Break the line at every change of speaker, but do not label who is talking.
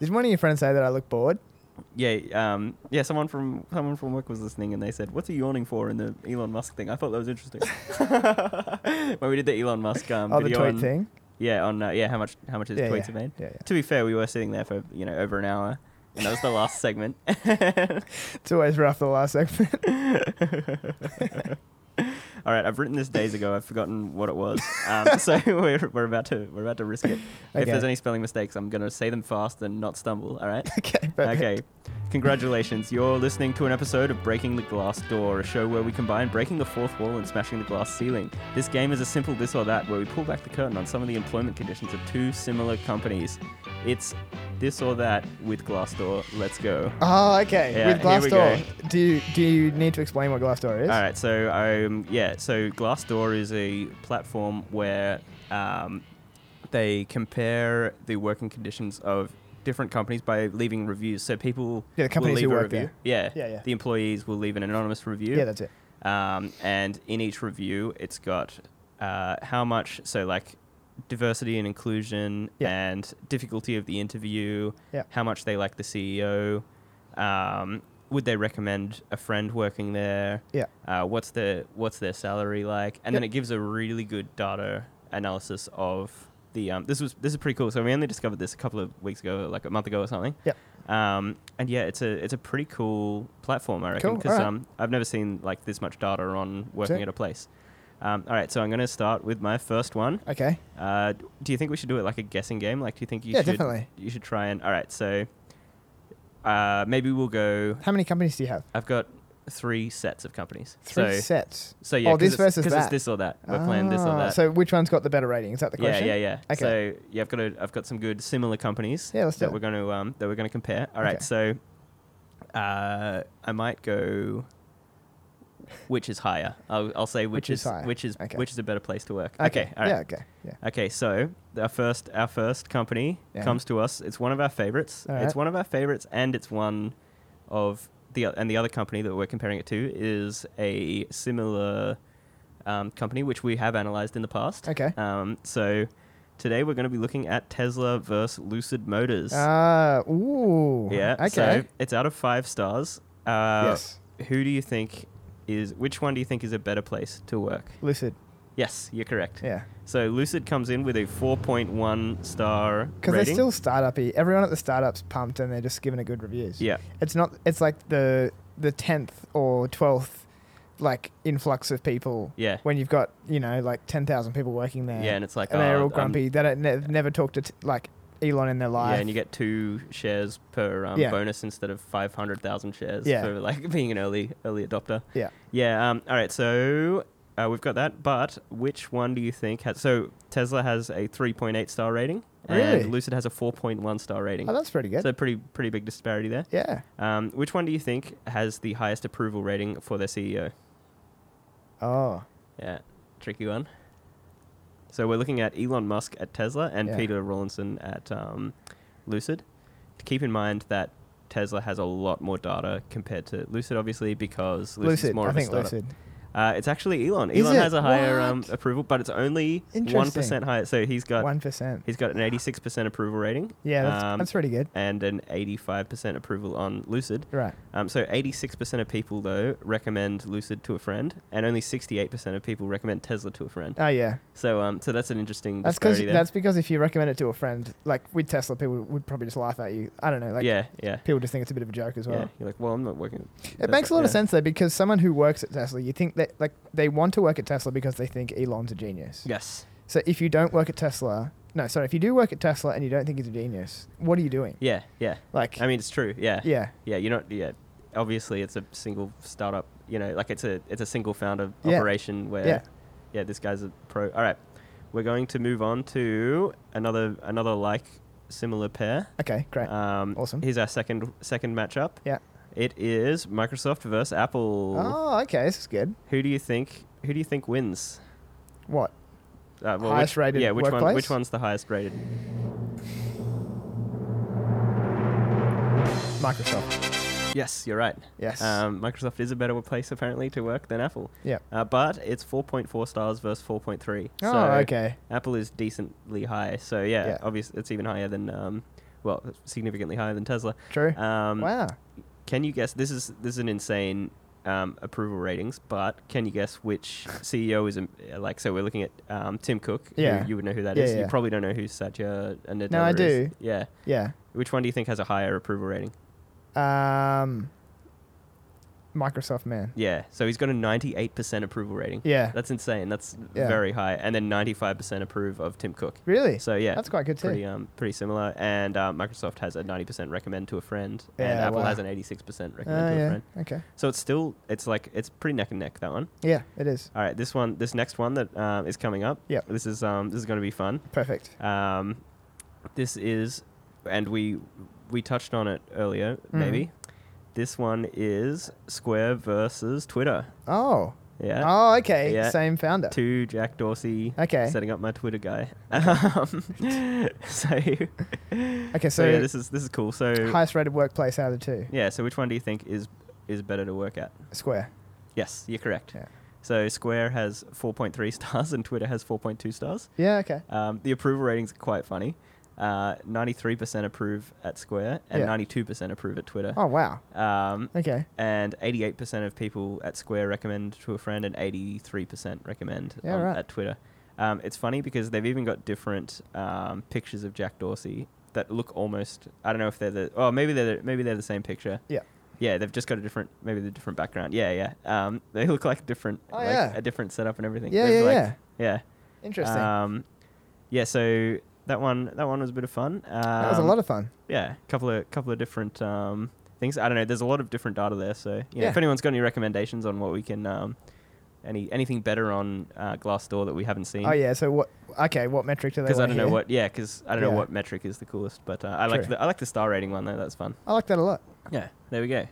Did one of your friends say that I look bored?
Yeah, um, yeah. Someone from someone from work was listening, and they said, "What's he yawning for?" in the Elon Musk thing. I thought that was interesting. when we did the Elon Musk um,
oh, the
video
tweet
on-
thing.
yeah, on uh, yeah, how much how much his
Yeah,
tweets
yeah,
have made.
yeah, yeah.
To be fair, we were sitting there for you know over an hour, and that was the last segment.
It's always rough the last segment.
All right, I've written this days ago. I've forgotten what it was. Um, so we're, we're about to we're about to risk it. If
Okay.
there's any spelling mistakes, I'm gonna say them fast and not stumble. All right.
okay, perfect.
Okay. Congratulations, you're listening to an episode of Breaking the Glass Door, a show where we combine breaking the fourth wall and smashing the glass ceiling. This game is a simple this or that, where we pull back the curtain on some of the employment conditions of two similar companies. It's this or that with Glassdoor. Let's go.
Oh, okay.
Yeah,
With
here we
Glassdoor, do you, do you need to explain what Glassdoor is?
All right, so um, yeah, so Glassdoor is a platform where um, they compare the working conditions of different companies by leaving reviews. So people
Yeah, the companies
will
who
leave a
work
review.
there.
Yeah,
Yeah, yeah.
The employees will leave an anonymous review.
Yeah, that's it.
Um, and in each review, it's got uh, how much, so like diversity and inclusion
Yeah.
and difficulty of the interview,
Yeah.
how much they like the CEO, um, would they recommend a friend working there,
Yeah.
uh, what's their what's their salary like, and then
Yeah.
it gives a really good data analysis of the. Um, this was this is pretty cool. So we only discovered this a couple of weeks ago, like a month ago or something.
Yeah.
Um, and yeah, it's a it's a pretty cool platform, I reckon,
Cool,
because
alright.
um, I've never seen like this much data on working
Sick.
at a place. Um, all right, so I'm going to start with my first one.
Okay.
Uh, d- do you think we should do it like a guessing game? Like, do you think you
Yeah,
should
definitely.
you should try and all right? So uh, maybe we'll go.
How many companies do you have?
I've got three sets of companies.
Three
so,
sets.
So yeah,
Oh,
'cause
this
it's,
versus
'cause
that.
it's this or that. We're playing this or
Ah,
that.
So which one's got the better rating? Is that the
yeah,
question?
yeah, yeah.
Okay.
So yeah, I've got a, I've got some good similar companies.
Yeah, let's do
that
it.
we're going to um that we're going to compare. All right,
Okay.
so uh, I might go. Which is higher? I'll, I'll say which,
Which is higher.
which is
Okay.
which is a better place to work. Okay, all right.
Yeah, okay. Yeah.
Okay, so our first our first company
Yeah.
comes to us. It's one of our favorites.
All
It's
right.
one of our favorites, and it's one of the o- and the other company that we're comparing it to is a similar um, company which we have analyzed in the past.
Okay.
Um, so today we're going to be looking at Tesla versus Lucid Motors.
Ah, ooh.
yeah.
Okay.
So it's out of five stars. Uh,
yes.
Who do you think is which one do you think is a better place to work?
Lucid.
Yes, you're correct.
Yeah.
So Lucid comes in with a 4.1 star
Because they're
rating.
still startupy. Everyone at the startup's pumped, and they're just giving it good reviews.
yeah,
It's not. It's like the the tenth or twelfth, like influx of people.
yeah,
When you've got you know like ten thousand people working there.
yeah, and it's like
and they're
oh,
all
um,
grumpy. they don't ne- never talk to t- like Elon in their life.
yeah, and you get two shares per um,
Yeah.
bonus instead of 500,000 shares
Yeah.
for like being an early early adopter.
Yeah.
Yeah. Um, all right. So uh, we've got that, but which one do you think has? So Tesla has a 3.8 star rating,
Really?
and Lucid has a 4.1 star rating.
Oh, that's pretty good.
so pretty pretty big disparity there.
yeah.
Um, which one do you think has the highest approval rating for their E CEO?
Oh.
Yeah, tricky one. So we're looking at Elon Musk at Tesla and
Yeah.
Peter Rawlinson at um, Lucid. To keep in mind that Tesla has a lot more data compared to Lucid, obviously, because Lucid's
Lucid.
more
I
of a
think
startup.
Lucid.
Uh, it's actually Elon.
Is
Elon
it?
has a higher um,
What?
approval, but it's only one
Interesting.
percent higher. So he's got
One percent.
he's got an eighty six percent approval rating.
Yeah, that's,
um,
that's pretty good.
and an eighty five percent approval on Lucid.
Right.
Um, so 86% of people, though, recommend Lucid to a friend, and only 68% of people recommend Tesla to a friend.
Oh yeah.
So, um, so that's an interesting
That's because
disparity there.
that's because if you recommend it to a friend, like with Tesla, people would probably just laugh at you. I don't know. Like
yeah, yeah,
people just think it's a bit of a joke as well.
yeah. You're like, well, I'm not working.
It makes a lot of sense though, because someone who works at Tesla, you think that like they want to work at Tesla because they think Elon's a genius.
Yes.
So if you don't work at Tesla, no, sorry, if you do work at Tesla and you don't think he's a genius, what are you doing?
Yeah, yeah.
Like,
I mean, it's true. Yeah, yeah.
yeah,
you're not. Yeah, obviously, it's a single startup. You know, like it's a it's a single founder
Yeah.
operation where,
Yeah.
yeah, this guy's a pro. All right, we're going to move on to another another like similar pair.
okay, great.
Um,
Awesome.
Here's our second second matchup.
Yeah.
It is Microsoft versus Apple.
oh, okay, this is good.
Who do you think? Who do you think wins?
What?
Uh, which-
Highest rated
Yeah. Which one?
workplace?
Which one's the highest rated?
Microsoft.
Yes, you're right.
Yes.
Um, Microsoft is a better place apparently to work than Apple.
Yeah.
Uh, but it's 4.4 stars versus 4.3.
oh,
so
okay.
Apple is decently high. So yeah,
Yeah.
obviously it's even higher than um, well, significantly higher than Tesla.
True.
Um,
wow.
Can you guess? This is this is an insane um, approval ratings, but can you guess which CEO is um, like? So we're looking at um, Tim Cook. who
Yeah.
you would know who that is.
Yeah,
You
yeah.
probably don't know who Satya Nadella
No, I
is.
do.
Yeah.
Yeah.
Which one do you think has a higher approval rating?
Um, Microsoft man.
Yeah. So he's got a 98% approval rating.
Yeah.
That's insane. That's
Yeah.
very high. And then 95% approve of Tim Cook.
Really?
So yeah,
That's quite good too.
pretty um pretty similar. And uh, Microsoft has a 90% recommend to a friend, and
Yeah,
Apple
wow.
has an
Oh,
86% recommend to a
yeah.
friend.
Okay.
So it's still it's like it's pretty neck and neck that one.
Yeah, it is.
All right, this one, this next one that um, is coming up.
Yep.
This is um this is going to be fun.
Perfect.
Um, this is, and we we touched on it earlier.
Mhm.
Maybe this one is Square versus Twitter.
Oh.
Yeah.
Oh, okay.
Yeah.
Same founder.
To Jack Dorsey
Okay.
setting up my Twitter guy. Um, so
Okay,
so
so,
yeah, this is this is cool. So
highest rated workplace out of the two.
yeah, so which one do you think is is better to work at?
Square.
Yes, you're correct.
Yeah.
So Square has 4.3 stars and Twitter has 4.2 stars.
Yeah, okay.
Um, the approval ratings are quite funny. Uh, 93% approve at Square and
Yeah.
92% approve at Twitter.
Oh wow.
Um,
Okay.
and 88% of people at Square recommend to a friend, and 83% recommend
Yeah,
on-
right.
at Twitter. Um, it's funny because they've even got different um, pictures of Jack Dorsey that look almost. I don't know if they're the. Oh, maybe they're the, maybe they're the same picture.
Yeah.
Yeah, they've just got a different, maybe the different background. Yeah, yeah. Um, they look like different,
Oh,
like
yeah.
a different setup and everything.
Yeah,
There's
yeah,
like-
yeah.
yeah.
Interesting.
Um, yeah. So that one, that one was a bit of fun. Um,
that was a lot of fun.
yeah, couple of couple of different um, things. I don't know. There's a lot of different data there. So you know,
Yeah.
if anyone's got any recommendations on what we can, um, any anything better on uh, Glassdoor that we haven't seen.
Oh yeah. So what? Okay. What metric do they?
um, Because I
wanna
don't know
hear?
what, yeah. Because I don't know
Yeah.
what metric is the coolest, but uh, I like
True.
the I like the star rating one though. That's fun.
I like that a lot.
Yeah, there we go.